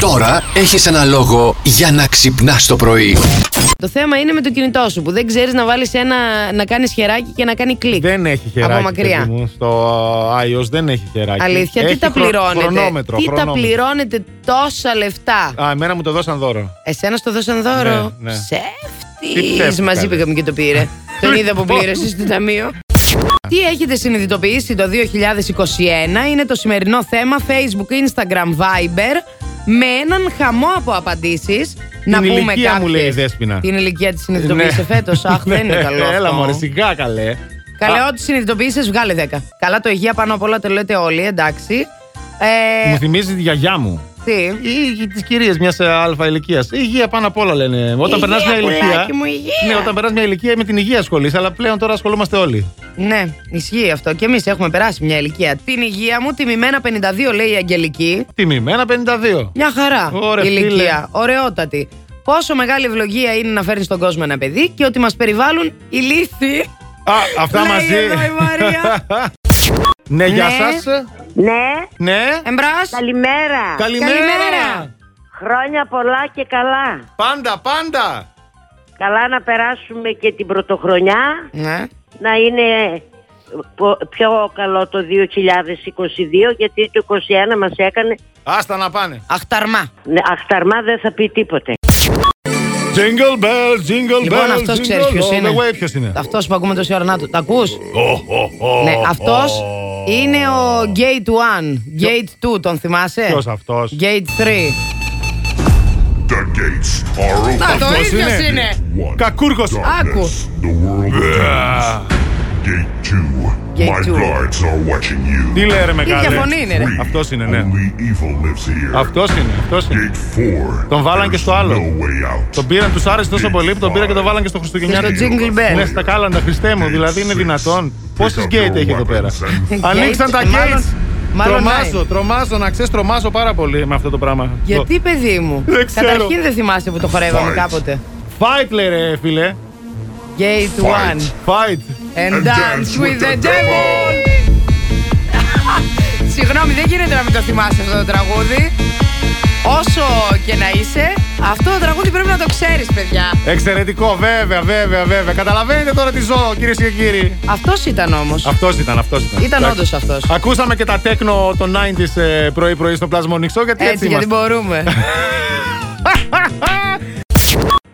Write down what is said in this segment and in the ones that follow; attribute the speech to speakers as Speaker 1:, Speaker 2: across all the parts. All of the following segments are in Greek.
Speaker 1: Τώρα έχεις ένα λόγο για να ξυπνάς το πρωί.
Speaker 2: Το θέμα είναι με το κινητό σου που δεν ξέρεις να βάλεις ένα. να κάνεις χεράκι και να κάνει κλικ.
Speaker 3: Δεν έχει χεράκι.
Speaker 2: Από μακριά.
Speaker 3: παιδί μου, στο iOS δεν έχει χεράκι.
Speaker 2: Αλήθεια,
Speaker 3: έχει
Speaker 2: τι τα
Speaker 3: χρο-
Speaker 2: πληρώνετε.
Speaker 3: Χρονόμετρο.
Speaker 2: τι
Speaker 3: χρονόμετρο.
Speaker 2: τα πληρώνετε τόσα λεφτά.
Speaker 3: Α, εμένα μου το δώσαν δώρο.
Speaker 2: Εσένα στο δώσαν δώρο.
Speaker 3: Ναι, ναι. Τι
Speaker 2: Ψεύτης.
Speaker 3: ψεύτηκα,
Speaker 2: Μαζί
Speaker 3: λες.
Speaker 2: πήγαμε και το πήρε. Τον είδα που
Speaker 3: Λοιπόν.
Speaker 2: πλήρωσε στο ταμείο. Τι έχετε συνειδητοποιήσει το 2021 είναι το σημερινό θέμα Facebook, Instagram, Viber με έναν χαμό από απαντήσεις να
Speaker 3: Την
Speaker 2: πούμε
Speaker 3: ηλικία μου
Speaker 2: κάποιες.
Speaker 3: λέει η Δέσποινα.
Speaker 2: Την ηλικία της συνειδητοποίησε
Speaker 3: Ναι.
Speaker 2: φέτος, αχ δεν είναι
Speaker 3: Ναι,
Speaker 2: καλό
Speaker 3: Έλα,
Speaker 2: αυτό.
Speaker 3: μωρέ, σιγά καλέ.
Speaker 2: Καλέ,
Speaker 3: Α,
Speaker 2: ό,τι συνειδητοποίησες, βγάλε 10. Καλά, το υγεία πάνω απ' όλα το λέτε όλοι, εντάξει. Ε,
Speaker 3: Μου θυμίζει τη γιαγιά μου.
Speaker 2: τι.
Speaker 3: Ή τι κυρίε μιας ε, αλφα ηλικίας. Υγεία πάνω απ' όλα λένε. Όταν
Speaker 2: Υγεία,
Speaker 3: περνάς μια ηλικία.
Speaker 2: πουλάκι μου, υγεία.
Speaker 3: Ναι, όταν περνάς μια ηλικία με την υγεία ασχολείσαι, αλλά πλέον τώρα ασχολούμαστε όλοι.
Speaker 2: Ναι, ισχύει αυτό. Και εμείς έχουμε περάσει μια ηλικία. Την υγεία μου, τιμημένα 52, λέει η Αγγελική.
Speaker 3: Τιμημένα 52.
Speaker 2: Μια χαρά
Speaker 3: Ωρε,
Speaker 2: η ηλικία.
Speaker 3: φίλε.
Speaker 2: Ωραιότατη. Πόσο μεγάλη ευλογία είναι να φέρνεις στον κόσμο ένα παιδί και ότι μας περιβάλλουν οι λύθοι.
Speaker 3: Α, αυτά
Speaker 2: Λέει
Speaker 3: μαζί.
Speaker 2: εδώ η Μαρία.
Speaker 3: Ναι, γεια
Speaker 2: Ναι.
Speaker 3: σας.
Speaker 4: Ναι,
Speaker 3: Ναι.
Speaker 2: Εμπρά.
Speaker 4: καλημέρα.
Speaker 2: καλημέρα.
Speaker 3: Καλημέρα.
Speaker 4: Χρόνια πολλά και καλά.
Speaker 3: Πάντα, πάντα.
Speaker 4: Καλά να περάσουμε και την πρωτοχρονιά,
Speaker 2: Ναι.
Speaker 4: να είναι πο- πιο καλό το 2022, γιατί το 2021 μας έκανε
Speaker 3: Άστα να πάνε.
Speaker 2: Αχταρμά.
Speaker 4: ναι, αχταρμά δεν θα πει τίποτε.
Speaker 3: Jingle bell, jingle bell.
Speaker 2: Λοιπόν, αυτός
Speaker 3: jingle
Speaker 2: ξέρει
Speaker 3: all
Speaker 2: ποιος
Speaker 3: the
Speaker 2: είναι.
Speaker 3: way. Ποιος είναι.
Speaker 2: Αυτός που ακούμε τόση ώρα να του. Τα ακούς. Ναι, αυτός είναι ο Gate 1. Gate 2, τον θυμάσαι.
Speaker 3: Ποιος αυτός?
Speaker 2: Gate 3.
Speaker 5: The gates are open.
Speaker 2: Να, το
Speaker 3: Αυτός
Speaker 2: ίδιος
Speaker 3: είναι.
Speaker 2: είναι.
Speaker 5: One.
Speaker 3: Κακούργος.
Speaker 2: Άκου.
Speaker 5: The world. Gate two.
Speaker 2: Gate
Speaker 5: My
Speaker 2: two.
Speaker 5: guards are watching
Speaker 3: Τι
Speaker 5: you.
Speaker 3: λέει ρε
Speaker 2: Τι
Speaker 3: μεγάλε.
Speaker 2: διαφωνή είναι, ρε.
Speaker 3: Αυτός είναι, ναι.
Speaker 5: Only evil lives here.
Speaker 3: Αυτός είναι, αυτός είναι.
Speaker 5: Gate four.
Speaker 3: Τον βάλαν και στο
Speaker 5: There's
Speaker 3: άλλο.
Speaker 5: No way out.
Speaker 3: Τον πήραν, τους άρεσε τόσο πολύ που τον πήραν και τον βάλαν και στο
Speaker 2: Και
Speaker 3: Χριστουγεννιάτικο.
Speaker 2: στο Jingle Bell.
Speaker 3: Ναι, στα κάλαντα, Χριστέ μου, δηλαδή είναι δυνατόν. Πόσες γκέιτ έχει εδώ πέρα. Ανοίξαν τα
Speaker 2: Gates, μάλλον-
Speaker 3: gates.
Speaker 2: μάλλον
Speaker 3: Τρομάζω,
Speaker 2: nine.
Speaker 3: τρομάζω, να ξέρεις, τρομάζω πάρα πολύ με αυτό το πράγμα.
Speaker 2: Γιατί, παιδί μου.
Speaker 3: Δεν ξέρω.
Speaker 2: Καταρχήν δεν θυμάσαι που το χορεύαμε
Speaker 5: Fight.
Speaker 2: κάποτε.
Speaker 3: Fight, λέει ρε, φίλε.
Speaker 2: Gate 1.
Speaker 5: Fight.
Speaker 3: Fight.
Speaker 2: And dance with the devil. Συγγνώμη, δεν γίνεται να μην το θυμάσαι αυτό το τραγούδι. Όσο και να είσαι, αυτό το τραγούδι πρέπει να το ξέρεις, παιδιά.
Speaker 3: Εξαιρετικό, βέβαια, βέβαια, βέβαια. Καταλαβαίνετε τώρα τι ζω, κυρίες και κύριοι.
Speaker 2: Αυτός ήταν όμως.
Speaker 3: Αυτός ήταν, αυτός ήταν.
Speaker 2: Ήταν
Speaker 3: Εντάξει.
Speaker 2: όντως αυτός.
Speaker 3: Ακούσαμε και τα τέκνο των 90s ε, πρωί-πρωί στο Plasmonic Show, γιατί
Speaker 2: Έτσι,
Speaker 3: έτσι,
Speaker 2: γιατί
Speaker 3: είμαστε.
Speaker 2: μπορούμε.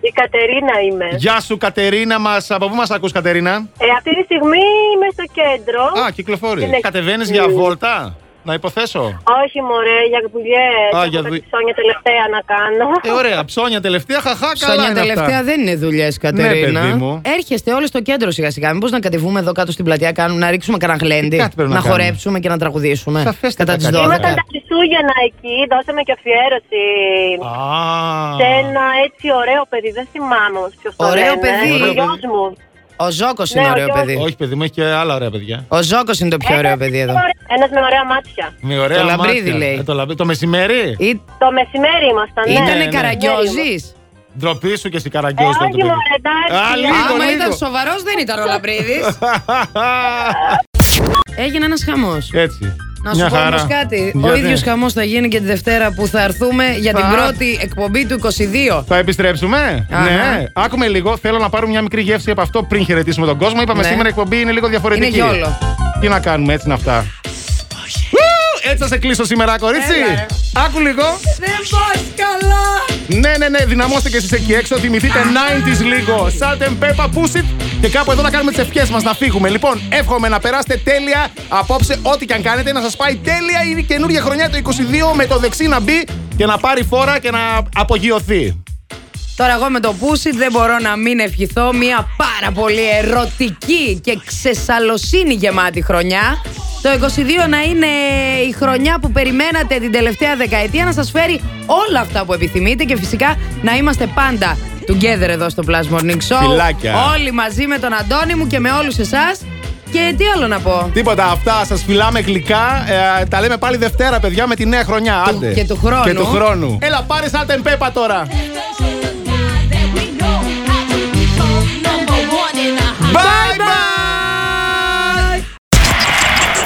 Speaker 6: Η Κατερίνα είμαι.
Speaker 3: Γεια σου, Κατερίνα μας. Από πού μας ακούς, Κατερίνα?
Speaker 6: Ε, αυτή τη στιγμή είμαι στο κέντρο.
Speaker 3: Α, κυκλοφόρει.
Speaker 6: Είναι-
Speaker 3: Κατεβαίνεις για βόλτα, να υποθέσω.
Speaker 6: Όχι, μωρέ, για δουλειές.
Speaker 3: Α,
Speaker 6: Έχω
Speaker 3: για
Speaker 6: τα
Speaker 3: δουλ-
Speaker 6: ψώνια τελευταία να κάνω.
Speaker 3: Ε, ωραία, ψώνια τελευταία, χαχά, καλά.
Speaker 2: Ψώνια
Speaker 3: είναι
Speaker 2: τελευταία
Speaker 3: αυτά.
Speaker 2: δεν είναι δουλειές,
Speaker 3: Ναι,
Speaker 2: Κατερίνα.
Speaker 3: παιδί μου.
Speaker 2: Έρχεστε όλοι στο κέντρο σιγά-σιγά. Μήπως να κατεβούμε εδώ κάτω στην πλατεία, κάνουμε, να ρίξουμε κανένα γλέντι.
Speaker 3: Κάτι πρέπει να
Speaker 2: να
Speaker 3: κάνουμε.
Speaker 2: χορέψουμε και να τραγουδήσουμε.
Speaker 3: Σαφέστατα,
Speaker 2: Κατά τι
Speaker 3: Κατερίνα.
Speaker 2: 12.
Speaker 6: Ήμασταν τα Χριστούγεννα εκεί, δώσαμε και αφιέρωση
Speaker 3: Α,
Speaker 6: σε ένα έτσι ωραίο παιδί. Δεν θυμάμαι όμως ποιος το
Speaker 2: Ωραίο
Speaker 6: λένε.
Speaker 2: παιδί.
Speaker 6: Ο
Speaker 3: Ωραίο
Speaker 6: γιος
Speaker 3: παιδί.
Speaker 6: μου.
Speaker 2: Ο Ζόκο είναι
Speaker 6: Ναι,
Speaker 2: ωραίο
Speaker 6: ο
Speaker 2: παιδί.
Speaker 3: όχι, παιδί μου, έχει και άλλα ωραία παιδιά.
Speaker 2: Ο Ζόκο είναι το πιο ωραίο παιδί εδώ.
Speaker 6: Ένας με ωραία μάτια.
Speaker 3: Με ωραία
Speaker 2: Το
Speaker 3: μάτια.
Speaker 2: λαμπρίδι, λέει.
Speaker 3: Ε, το, λαμπρί- το μεσημέρι.
Speaker 2: Ή-
Speaker 6: Το μεσημέρι ήμασταν, ναι.
Speaker 2: Ήτανε
Speaker 3: ναι.
Speaker 2: καραγκιόζης.
Speaker 3: Ντροπή σου και εσύ
Speaker 6: Ε,
Speaker 3: καραγκιόζη.
Speaker 6: όχι, μωρέ, εντάξει.
Speaker 3: Α, λίγο,
Speaker 2: Άμα
Speaker 3: λίγο.
Speaker 2: ήταν σοβαρός, δεν ήταν ο Λαμπρίδης. Έγινε ένας χαμός.
Speaker 3: Έτσι.
Speaker 2: Να σου
Speaker 3: Μια
Speaker 2: πω
Speaker 3: χαρά.
Speaker 2: όμω κάτι. Ο
Speaker 3: Γιατί?
Speaker 2: ίδιος χαμός θα γίνει και τη Δευτέρα που θα έρθουμε για την
Speaker 3: Α.
Speaker 2: πρώτη εκπομπή του 22.
Speaker 3: Θα επιστρέψουμε.
Speaker 2: Αχα.
Speaker 3: Ναι. Άκουμε λίγο. Θέλω να πάρουμε μια μικρή γεύση από αυτό πριν χαιρετήσουμε τον κόσμο. Είπαμε
Speaker 2: Ναι.
Speaker 3: σήμερα η εκπομπή είναι λίγο διαφορετική.
Speaker 2: Είναι γιόλο.
Speaker 3: Τι να κάνουμε, έτσι είναι αυτά. Ου, Έτσι θα σε κλείσω σήμερα, κορίτσι.
Speaker 2: Έλα, ρε.
Speaker 3: Άκου λίγο.
Speaker 2: Δεν πας καλά!
Speaker 3: Ναι, ναι, ναι. Δυναμώστε και εσείς εκεί έξω. Θυμηθείτε 90s λίγο. Σάλτεν Πέπα, Πούσιτ. Και κάπου εδώ να κάνουμε τις ευχές μας να φύγουμε. Λοιπόν, εύχομαι να περάσετε τέλεια απόψε, ό,τι και αν κάνετε. Να σας πάει τέλεια η καινούργια χρονιά το 22 με το δεξί να μπει και να πάρει φόρα και να απογειωθεί.
Speaker 2: Τώρα εγώ με το πούσι δεν μπορώ να μην ευχηθώ μια πάρα πολύ ερωτική και ξεσαλοσύνη γεμάτη χρονιά. Το 22 να είναι η χρονιά που περιμένατε την τελευταία δεκαετία να σας φέρει όλα αυτά που επιθυμείτε και φυσικά να είμαστε πάντα together εδώ στο Plus Morning Show.
Speaker 3: Φιλάκια.
Speaker 2: Όλοι μαζί με τον Αντώνη μου και με όλους εσάς. Και τι άλλο να πω.
Speaker 3: Τίποτα, αυτά σας φιλάμε γλυκά. Ε, τα λέμε πάλι Δευτέρα, παιδιά, με τη νέα χρονιά.
Speaker 2: Του-
Speaker 3: Άντε.
Speaker 2: και του χρόνου.
Speaker 3: Και του χρόνου. Έλα, πάρε σαν τεμπέπα τώρα. Bye bye!